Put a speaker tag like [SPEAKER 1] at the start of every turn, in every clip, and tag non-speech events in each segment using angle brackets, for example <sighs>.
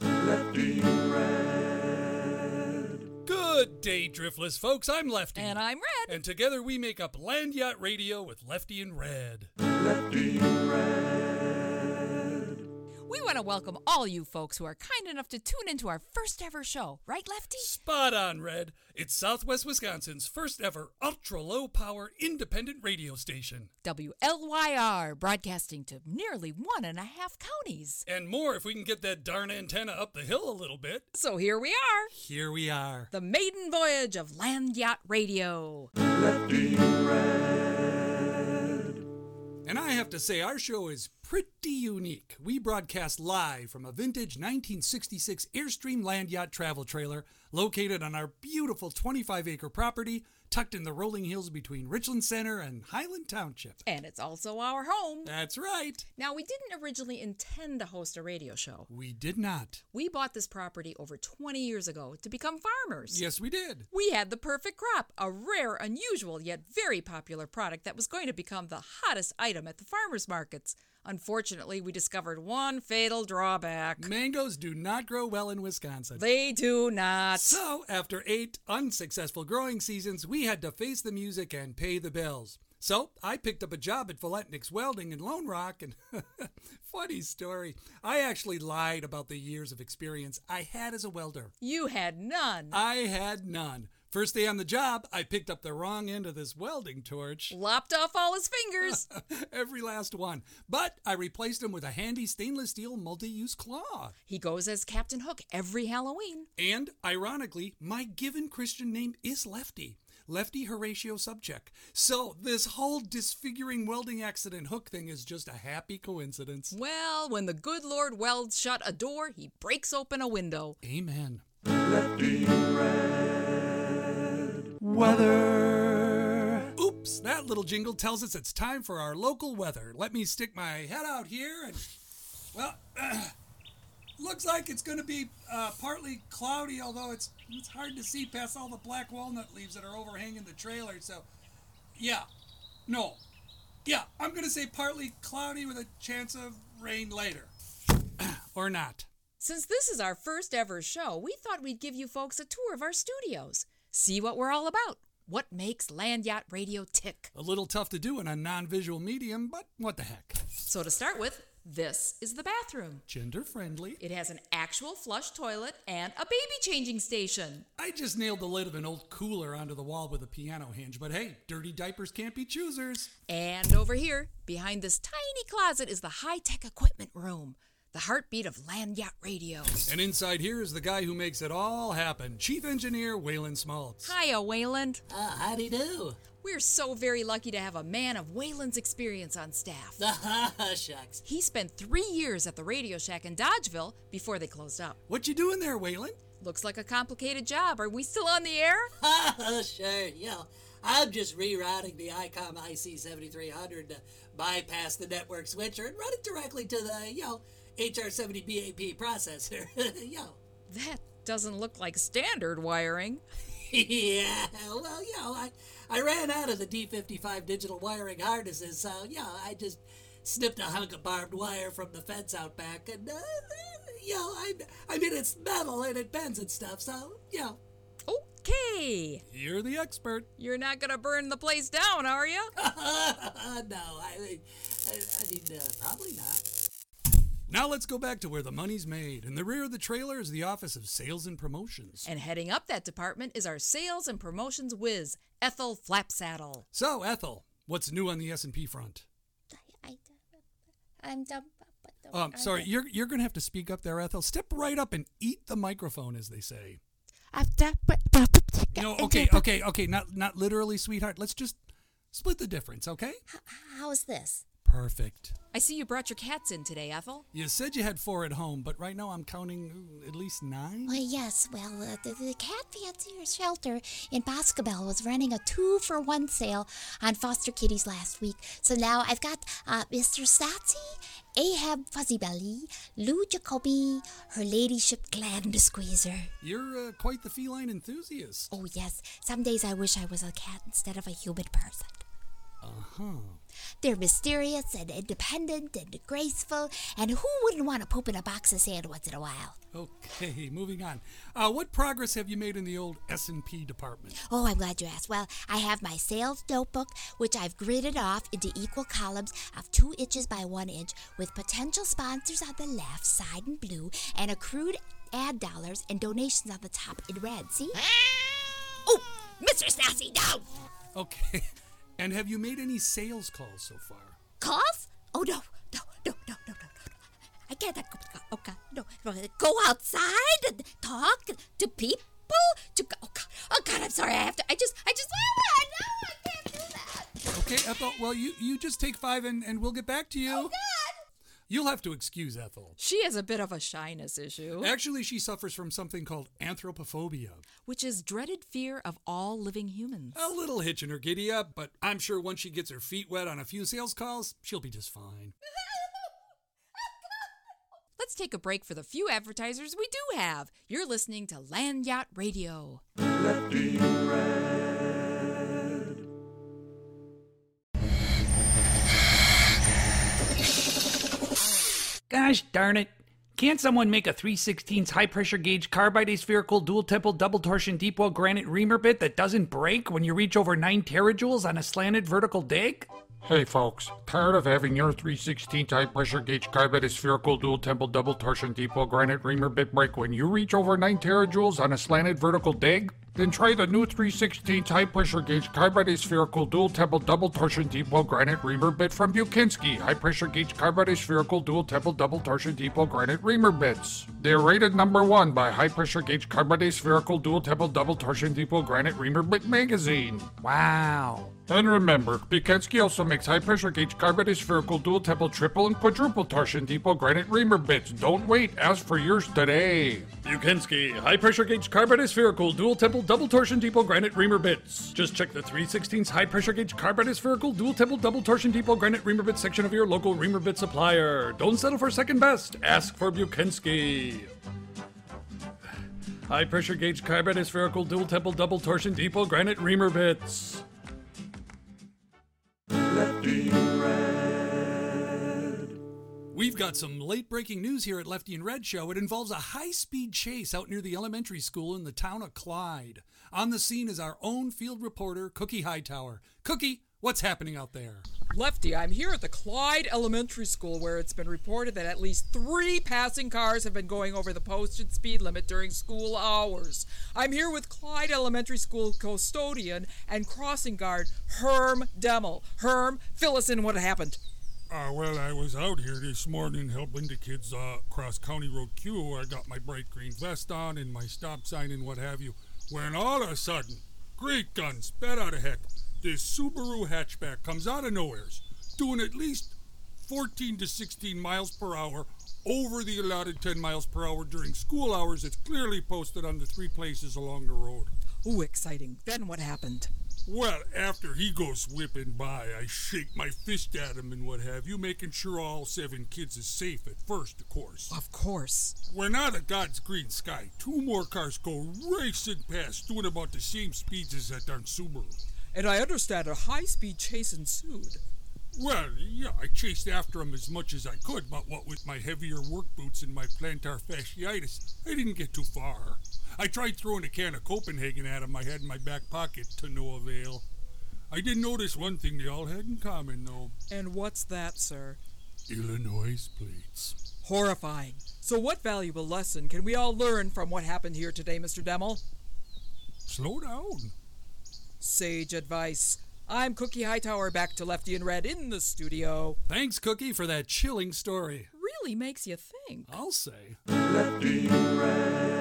[SPEAKER 1] Lefty Red.
[SPEAKER 2] Good day, Driftless folks. I'm Lefty.
[SPEAKER 3] And I'm red.
[SPEAKER 2] And together we make up Land Yacht Radio with Lefty and Red.
[SPEAKER 1] Lefty Red.
[SPEAKER 3] We want to welcome all you folks who are kind enough to tune into our first ever show, right, Lefty?
[SPEAKER 2] Spot on, Red. It's Southwest Wisconsin's first ever ultra low power independent radio station.
[SPEAKER 3] WLYR, broadcasting to nearly one and a half counties.
[SPEAKER 2] And more if we can get that darn antenna up the hill a little bit.
[SPEAKER 3] So here we are,
[SPEAKER 2] Here we are.
[SPEAKER 3] the maiden voyage of Land Yacht Radio.
[SPEAKER 1] Lefty Red.
[SPEAKER 2] And I have to say, our show is pretty unique. We broadcast live from a vintage 1966 Airstream land yacht travel trailer located on our beautiful 25 acre property tucked in the rolling hills between Richland Center and Highland Township.
[SPEAKER 3] And it's also our home.
[SPEAKER 2] That's right.
[SPEAKER 3] Now, we didn't originally intend to host a radio show.
[SPEAKER 2] We did not.
[SPEAKER 3] We bought this property over 20 years ago to become farmers.
[SPEAKER 2] Yes, we did.
[SPEAKER 3] We had the perfect crop, a rare, unusual, yet very popular product that was going to become the hottest item at the farmers markets. Unfortunately, we discovered one fatal drawback.
[SPEAKER 2] Mangoes do not grow well in Wisconsin.
[SPEAKER 3] They do not.
[SPEAKER 2] So, after eight unsuccessful growing seasons, we had to face the music and pay the bills. So, I picked up a job at Valetnik's Welding in Lone Rock, and <laughs> funny story, I actually lied about the years of experience I had as a welder.
[SPEAKER 3] You had none.
[SPEAKER 2] I had none. First day on the job, I picked up the wrong end of this welding torch, <laughs>
[SPEAKER 3] Lopped off all his fingers.
[SPEAKER 2] every last one, but I replaced them with a handy stainless steel multi use claw.
[SPEAKER 3] he goes as Captain Hook every Halloween.
[SPEAKER 2] And ironically, my given Christian name is Lefty. Lefty Horatio Subcheck. So this whole disfiguring welding accident hook thing is just a happy coincidence.
[SPEAKER 3] Well, when the good Lord welds shut a door, he breaks open a window.
[SPEAKER 2] Amen.
[SPEAKER 1] Lefty Red. Weather.
[SPEAKER 2] Oops, that little jingle tells us it's time for our local weather. Let me stick my head out here and well, <clears throat> looks like it's going to be uh, partly cloudy, although it's it's hard to see past all the black walnut leaves that are overhanging the trailer. So, yeah, no, yeah, I'm going to say partly cloudy with a chance of rain later, <clears throat> or not.
[SPEAKER 3] Since this is our first ever show, we thought we'd give you folks a tour of our studios. See what we're all about. What makes Land Yacht Radio tick?
[SPEAKER 2] A little tough to do in a non-visual medium, but what the heck?
[SPEAKER 3] So, to start with, this is the bathroom.
[SPEAKER 2] Gender friendly.
[SPEAKER 3] It has an actual flush toilet and a baby changing station.
[SPEAKER 2] I just nailed the lid of an old cooler onto the wall with a piano hinge, but hey, dirty diapers can't be choosers.
[SPEAKER 3] And over here, behind this tiny closet, is the high tech equipment room, the heartbeat of Land Yacht Radio.
[SPEAKER 2] And inside here is the guy who makes it all happen, Chief Engineer Waylon Smaltz.
[SPEAKER 3] Hiya, Wayland.
[SPEAKER 4] Uh, howdy do. <laughs>
[SPEAKER 3] We're so very lucky to have a man of Wayland's experience on staff.
[SPEAKER 4] Oh, Shucks. <laughs>
[SPEAKER 3] He spent three years at the Radio Shack in Dodgeville before they closed up.
[SPEAKER 2] What you doing there, Waylon?
[SPEAKER 3] Looks like a complicated job. Are we still on the air?
[SPEAKER 4] Oh, sure, yeah. I'm just rerouting the ICOM IC7300 to bypass the network switcher and run it directly to the, you know, HR70BAP processor. <laughs> yo.
[SPEAKER 3] That doesn't look like standard wiring.
[SPEAKER 4] yeah, well, you know, I, I ran out of the D55 digital wiring harnesses, so, yeah, I just snipped a hunk of barbed wire from the fence out back, and, uh, you know, I, I mean, it's metal and it bends and stuff, so, you know.
[SPEAKER 3] Okay.
[SPEAKER 2] You're the expert.
[SPEAKER 3] You're not gonna burn the place down, are you?
[SPEAKER 4] <laughs> no, I, I, I mean, uh, probably not.
[SPEAKER 2] Now let's go back to where the money's made. In the rear of the trailer is the Office of Sales and Promotions.
[SPEAKER 3] and heading up that department is our sales and promotions whiz, Ethel Flapsaddle.
[SPEAKER 2] So, Ethel, what's new on the S&P front?
[SPEAKER 5] I, am dumb. But the,
[SPEAKER 2] Um, sorry, you're you're gonna have to speak up there, Ethel. Step right up and eat the microphone, as they say.
[SPEAKER 5] I'm dumb. But
[SPEAKER 2] No, okay, okay, okay. Not not literally, sweetheart. Let's just split the difference, okay?
[SPEAKER 5] How's this?
[SPEAKER 2] Perfect.
[SPEAKER 3] I see you brought your cats in today, Ethel.
[SPEAKER 2] You said you had four at home, but right now I'm counting mm, at least nine.
[SPEAKER 5] Well, yes. Well, uh, the, the cat fancier shelter in Boscobel was running a two for one sale on foster kitties last week. So now I've got uh, Mr. Satsi, Ahab Fuzzybelly, Lou Jacoby, Her Ladyship Glam Squeezer.
[SPEAKER 2] You're uh, quite the feline enthusiast.
[SPEAKER 5] Oh, yes. Some days I wish I was a cat instead of a human person. They're mysterious and independent and graceful, and who wouldn't want to poop in a box of sand once in a while?
[SPEAKER 2] Okay, <laughs> moving on. Uh, what progress have you made in the old S and P department?
[SPEAKER 5] Oh, I'm glad you asked. Well, I have my sales notebook, which I've gridded off into equal columns of two inches by one inch, with potential sponsors on the left side in blue, and accrued ad dollars and donations on the top in red. See? Oh, Mr. Sassy, no!
[SPEAKER 2] Okay, <laughs> and have you made any sales calls so far?
[SPEAKER 5] Calls? Oh, no, no, no, no, no, no. no. I can't. Oh, God, no. Go outside and talk to people? To, oh, God, oh, God, I'm sorry. I have to. I just, I just, oh, no, I can't do that.
[SPEAKER 2] Okay, Ethel. Well, you you just take five, and and we'll get back to you. You'll have to excuse Ethel.
[SPEAKER 3] She has a bit of a shyness issue,
[SPEAKER 2] Actually, she suffers from something called anthropophobia.
[SPEAKER 3] which is dreaded fear of all living humans.
[SPEAKER 2] A little hitch in her giddy up, but I'm sure once she gets her feet wet on a few sales calls, she'll be just fine.
[SPEAKER 3] Let's take a break for the few advertisers we do have. You're listening to Land Yacht Radio.
[SPEAKER 1] Lefty red.
[SPEAKER 6] Gosh darn it. Can't someone make a 316's high pressure gauge carbide aspherical dual temple double torsion deep well granite reamer bit that doesn't break when you reach over 9 terajoules on a slanted vertical deck?
[SPEAKER 7] Hey folks, tired of having your 316 high pressure gauge carbide spherical dual temple double torsion deep well granite reamer bit break when you reach over 9 terajoules on a slanted vertical dig? Then try the new 316 high pressure gauge carbide spherical dual temple double torsion deep well granite reamer bit from Bukinski. High pressure gauge carbide spherical dual temple double torsion deep well granite reamer bits. They're rated number one by high pressure gauge carbide spherical dual temple double torsion deep well granite reamer bit magazine.
[SPEAKER 6] Wow.
[SPEAKER 7] And remember, Bukensky also makes high pressure gauge carbide spherical dual temple triple and quadruple torsion depot granite reamer bits. Don't wait, ask for yours today.
[SPEAKER 8] Bukinsky, high pressure gauge carbide spherical dual temple double torsion depot granite reamer bits. Just check the 316's high pressure gauge carbide spherical dual temple double torsion depot granite reamer bit section of your local reamer bit supplier. Don't settle for second best. Ask for Bukinsky. <sighs> High pressure gauge carbide spherical dual temple double torsion depot granite reamer bits.
[SPEAKER 1] Lefty red.
[SPEAKER 2] We've got some late breaking news here at Lefty and Red Show. It involves a high speed chase out near the elementary school in the town of Clyde. On the scene is our own field reporter, Cookie Hightower. Cookie, what's happening out there?
[SPEAKER 3] Lefty, I'm here at the Clyde Elementary School where it's been reported that at least three passing cars have been going over the posted speed limit during school hours. I'm here with Clyde Elementary School custodian and crossing guard Herm Demmel. Herm, fill us in what happened.
[SPEAKER 9] Uh, well, I was out here this morning helping the kids uh, cross County Road Q. I got my bright green vest on and my stop sign and what have you. When all of a sudden, great guns, bat out of heck, this Subaru hatchback comes out of nowheres, doing at least 14 to 16 miles per hour over the allotted 10 miles per hour during school hours. It's clearly posted on the three places along the road.
[SPEAKER 3] Ooh, exciting. Then what happened?
[SPEAKER 9] Well, after he goes whipping by, I shake my fist at him and what have you, making sure all seven kids is safe at first, of course.
[SPEAKER 3] Of course.
[SPEAKER 9] When out of God's green sky, two more cars go racing past, doing about the same speeds as that darn Subaru.
[SPEAKER 3] And I understand a high speed chase ensued.
[SPEAKER 9] Well, yeah, I chased after him as much as I could, but what with my heavier work boots and my plantar fasciitis, I didn't get too far. I tried throwing a can of Copenhagen at him I had in my back pocket to no avail. I did notice one thing they all had in common, though
[SPEAKER 3] And what's that, sir?
[SPEAKER 9] Illinois plates.
[SPEAKER 3] Horrifying. So, what valuable lesson can we all learn from what happened here today, Mr. Demmel?
[SPEAKER 9] Slow down.
[SPEAKER 3] Sage advice. I'm Cookie Hightower back to Lefty and Red in the studio.
[SPEAKER 2] Thanks, Cookie, for that chilling story.
[SPEAKER 3] Really makes you think.
[SPEAKER 2] I'll say.
[SPEAKER 1] Lefty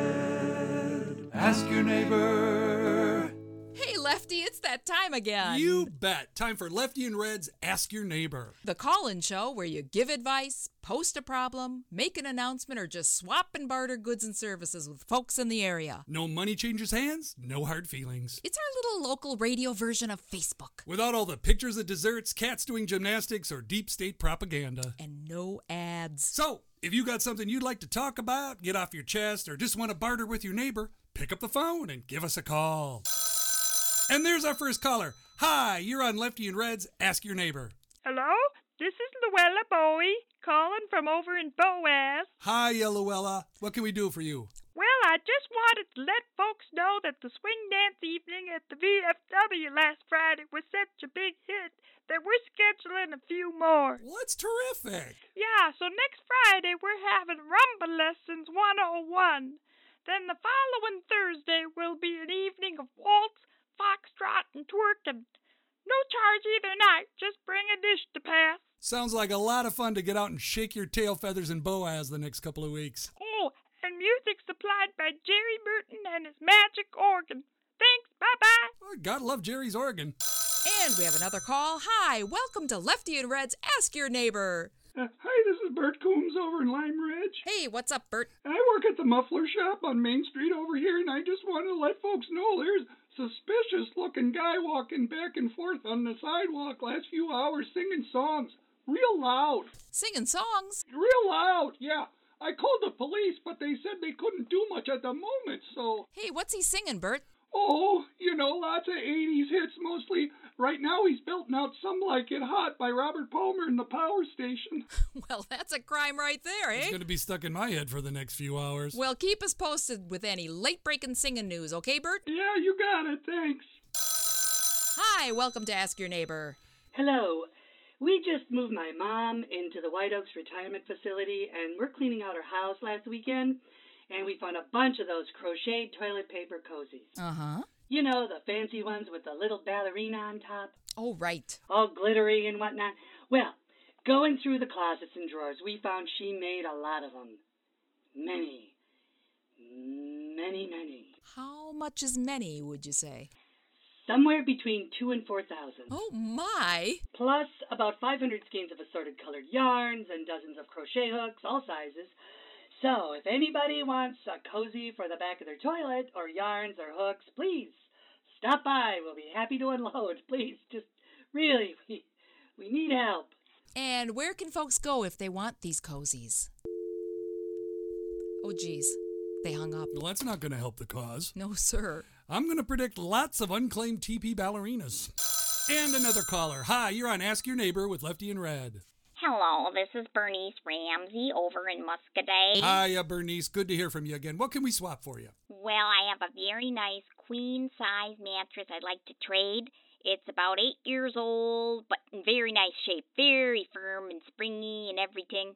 [SPEAKER 1] red. Ask your neighbor.
[SPEAKER 3] Hey, Lefty, it's that time again.
[SPEAKER 2] You bet. Time for Lefty and Red's Ask Your Neighbor.
[SPEAKER 3] The call in show where you give advice, post a problem, make an announcement, or just swap and barter goods and services with folks in the area.
[SPEAKER 2] No money changes hands, no hard feelings.
[SPEAKER 3] It's our little local radio version of Facebook.
[SPEAKER 2] Without all the pictures of desserts, cats doing gymnastics, or deep state propaganda.
[SPEAKER 3] And no ads.
[SPEAKER 2] So, if you got something you'd like to talk about, get off your chest, or just want to barter with your neighbor, pick up the phone and give us a call. And there's our first caller. Hi, you're on Lefty and Reds. Ask your neighbor.
[SPEAKER 10] Hello? This is Luella Bowie calling from over in Boaz.
[SPEAKER 2] Hi, yeah, Luella. What can we do for you?
[SPEAKER 10] Well, I just wanted to let folks know that the swing dance evening at the VFW last Friday was such a big hit that we're scheduling a few more.
[SPEAKER 2] Well, that's terrific.
[SPEAKER 10] Yeah, so next Friday we're having Rumba Lessons 101. Then the following Thursday will be an evening of waltz, foxtrot, and twerking. No charge either night, just bring a dish to pass.
[SPEAKER 2] Sounds like a lot of fun to get out and shake your tail feathers and boas the next couple of weeks.
[SPEAKER 10] Oh, and music supplied by Jerry Burton and his magic organ. Thanks, bye bye.
[SPEAKER 2] Oh, gotta love Jerry's organ.
[SPEAKER 3] And we have another call. Hi, welcome to Lefty and Red's Ask Your Neighbor.
[SPEAKER 11] Uh, hi, this is Bert Coombs over in Lime Ridge.
[SPEAKER 3] Hey, what's up, Bert?
[SPEAKER 11] I work at the muffler shop on Main Street over here, and I just wanted to let folks know there's a suspicious looking guy walking back and forth on the sidewalk last few hours singing songs real loud.
[SPEAKER 3] Singing songs.
[SPEAKER 11] Real loud, yeah. I called the police, but they said they couldn't do much at the moment, so.
[SPEAKER 3] Hey, what's he singing, Bert? <laughs>
[SPEAKER 11] Oh, you know, lots of 80s hits mostly. Right now he's belting out Some Like It Hot by Robert Palmer in the power station.
[SPEAKER 3] Well, that's a crime right there,
[SPEAKER 2] It's
[SPEAKER 3] eh?
[SPEAKER 2] gonna be stuck in my head for the next few hours.
[SPEAKER 3] Well, keep us posted with any late breaking singing news, okay, Bert?
[SPEAKER 11] Yeah, you got it, thanks.
[SPEAKER 3] Hi, welcome to Ask Your Neighbor.
[SPEAKER 12] Hello. We just moved my mom into the White Oaks Retirement Facility, and we're cleaning out her house last weekend, and we found a bunch of those crocheted toilet paper cozies.
[SPEAKER 3] Uh huh.
[SPEAKER 12] You know, the fancy ones with the little ballerina on top,
[SPEAKER 3] Oh, right.
[SPEAKER 12] all glittery and whatnot. Well, going through the closets and drawers, we found she made a lot of them. Many. Many, many.
[SPEAKER 3] How much is many, would you say?
[SPEAKER 12] Somewhere between two and four thousand.
[SPEAKER 3] Oh, my.
[SPEAKER 12] plus about 500 skeins of assorted colored yarns and dozens of crochet hooks, all sizes. So, if anybody wants a cozy for the back of their toilet, or yarns or hooks, please stop by. We'll be happy to unload. <laughs> Please, just really, we, we need help.
[SPEAKER 3] And where can folks go if they want these cozies? Oh, geez. They hung up.
[SPEAKER 2] Well, that's not gonna help the cause.
[SPEAKER 3] No, sir.
[SPEAKER 2] I'm gonna predict lots of unclaimed TP ballerinas. And another caller. Hi, you're on Ask Your Neighbor with Lefty and Red.
[SPEAKER 13] Hello, this is Bernice Ramsey over in Muscadet.
[SPEAKER 2] Hiya, uh, Bernice. Good to hear from you again. What can we swap for you?
[SPEAKER 13] Well, I have a very nice queen size mattress I'd like to trade. It's about eight years old, but in very nice shape, very firm and springy and everything.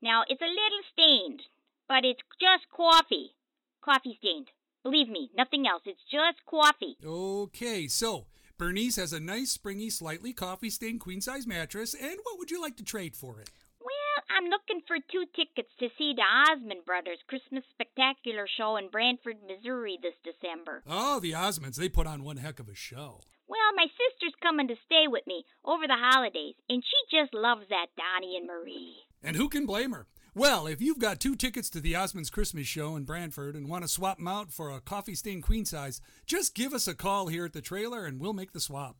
[SPEAKER 13] Now, it's a little stained, but it's just coffee. Coffee stained. Believe me, nothing else. It's just coffee.
[SPEAKER 2] Okay, so Bernice has a nice, springy, slightly coffee stained queen size mattress, and what would you like to trade for it?
[SPEAKER 13] Well, I'm looking for two tickets to see the Osmond Brothers Christmas Spectacular Show in Branford, Missouri this December.
[SPEAKER 2] Oh, the Osmonds, they put on one heck of a show.
[SPEAKER 13] Well, my sister's coming to stay with me over the holidays, and she just loves that Donnie and Marie.
[SPEAKER 2] And who can blame her? Well, if you've got two tickets to the Osmonds Christmas show in Branford and want to swap them out for a coffee stained queen size, just give us a call here at the trailer and we'll make the swap.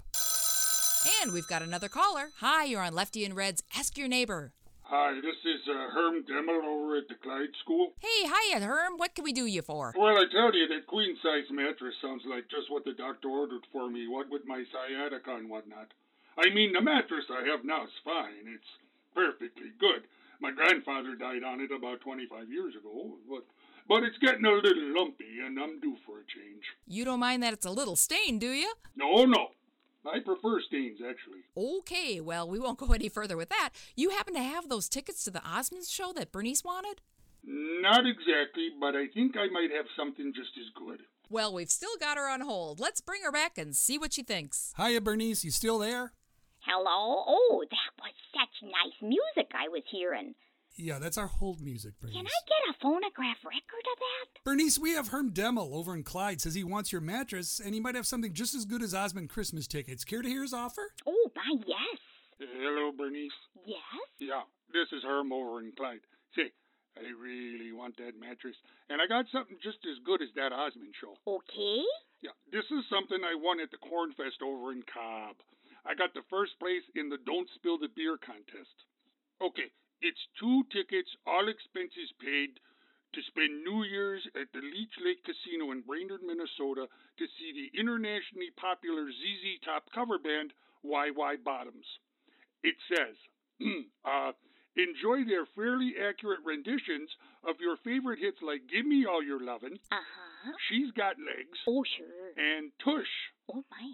[SPEAKER 3] And we've got another caller. Hi, you're on Lefty and Red's Ask Your Neighbor.
[SPEAKER 11] Hi, this is uh, Herm Demmer over at the Clyde School.
[SPEAKER 3] Hey, hiya, Herm. What can we do you for?
[SPEAKER 11] Well, I tell you, that queen size mattress sounds like just what the doctor ordered for me, what with my sciatica and whatnot. I mean, the mattress I have now is fine. It's perfectly good. My grandfather died on it about 25 years ago, but, but it's getting a little lumpy, and I'm due for a change.
[SPEAKER 3] You don't mind that it's a little stained, do you?
[SPEAKER 11] No, no. I prefer stains, actually.
[SPEAKER 3] Okay, well, we won't go any further with that. You happen to have those tickets to the Osmonds show that Bernice wanted?
[SPEAKER 11] Not exactly, but I think I might have something just as good.
[SPEAKER 3] Well, we've still got her on hold. Let's bring her back and see what she thinks.
[SPEAKER 2] Hiya, Bernice. You still there?
[SPEAKER 13] Hello? Oh, that was such nice music I was hearing.
[SPEAKER 2] Yeah, that's our hold music, Bernice.
[SPEAKER 13] Can I get a phonograph record of that?
[SPEAKER 2] Bernice, we have Herm Demmel over in Clyde says he wants your mattress and he might have something just as good as Osmond Christmas tickets. Care to hear his offer?
[SPEAKER 13] Oh, my, yes.
[SPEAKER 11] Hello, Bernice.
[SPEAKER 13] Yes?
[SPEAKER 11] Yeah, this is Herm over in Clyde. Say, I really want that mattress, and I got something just as good as that Osmond show.
[SPEAKER 13] Okay.
[SPEAKER 11] Yeah, this is something I won at the Cornfest over in Cobb. I got the first place in the Don't Spill the Beer contest. Okay, it's two tickets, all expenses paid, to spend New Year's at the Leech Lake Casino in Brainerd, Minnesota to see the internationally popular ZZ Top cover band YY Bottoms. It says, <clears throat> uh, enjoy their fairly accurate renditions of your favorite hits like Gimme All Your Lovin',
[SPEAKER 13] Uh-huh.
[SPEAKER 11] She's Got Legs,
[SPEAKER 13] Oh, sure.
[SPEAKER 11] and Tush.
[SPEAKER 13] Oh, my.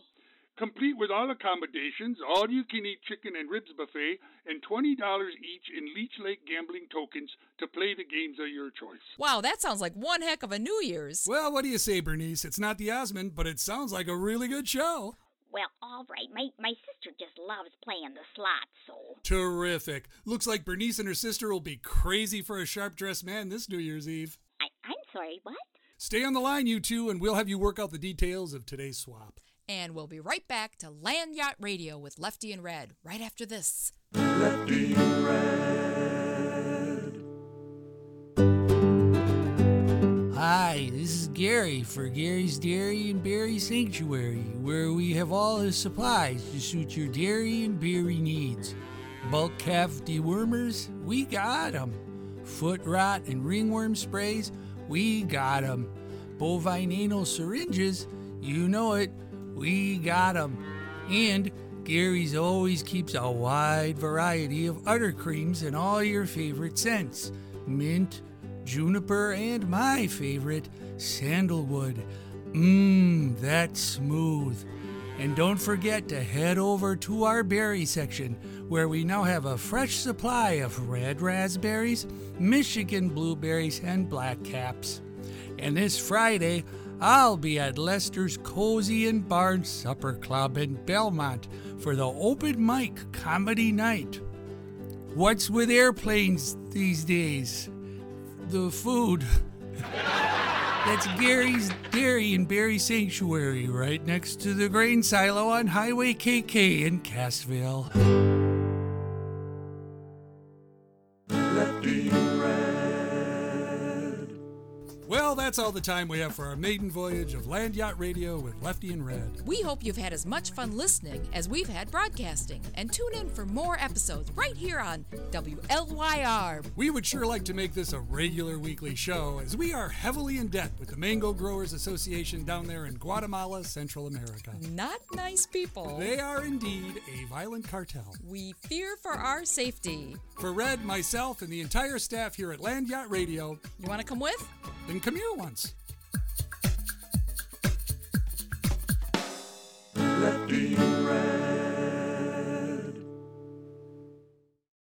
[SPEAKER 11] Complete with all accommodations, all you can eat chicken and ribs buffet, and $20 each in Leech Lake gambling tokens to play the games of your choice.
[SPEAKER 3] Wow, that sounds like one heck of a New Year's.
[SPEAKER 2] Well, what do you say, Bernice? It's not the Osmond, but it sounds like a really good show.
[SPEAKER 13] Well, all right. My my sister just loves playing the slots, so
[SPEAKER 2] Terrific. Looks like Bernice and her sister will be crazy for a sharp dressed man this New Year's Eve.
[SPEAKER 13] I'm sorry. What?
[SPEAKER 2] Stay on the line, you two, and we'll have you work out the details of today's swap.
[SPEAKER 3] And we'll be right back to Land Yacht Radio with Lefty and Red right after this.
[SPEAKER 4] Hi, this is Gary for Gary's Dairy and Berry Sanctuary, where we have all the supplies to suit your dairy and berry needs. Bulk calf dewormers, we got 'em. Foot rot and ringworm sprays, we got 'em. Bovine anal syringes, you know it, we got 'em. And Gary's always keeps a wide variety of udder creams and all your favorite scents mint, juniper, and my favorite, sandalwood. Mmm, that's smooth. And don't forget to head over to our berry section, where we now have a fresh supply of red raspberries, Michigan blueberries, and black caps. And this Friday, I'll be at Lester's Cozy and Barn Supper Club in Belmont for the open mic comedy night. What's with airplanes these days? The food. <laughs> That's Gary's Dairy and Berry Sanctuary, right next to the grain silo on Highway KK in Cassville.
[SPEAKER 2] Well, that's all the time we have for our maiden voyage of Land Yacht Radio with Lefty and Red.
[SPEAKER 3] We hope you've had as much fun listening as we've had broadcasting, and tune in for more episodes right here on WLYR.
[SPEAKER 2] We would sure like to make this a regular weekly show as we are heavily in debt with the Mango Growers Association down there in Guatemala, Central America.
[SPEAKER 3] Not nice people.
[SPEAKER 2] They are indeed a violent cartel.
[SPEAKER 3] We fear for our safety.
[SPEAKER 2] For Red, myself, and the entire staff here at Land Yacht Radio.
[SPEAKER 3] You want to come with?
[SPEAKER 2] Then come here once.
[SPEAKER 1] Lefty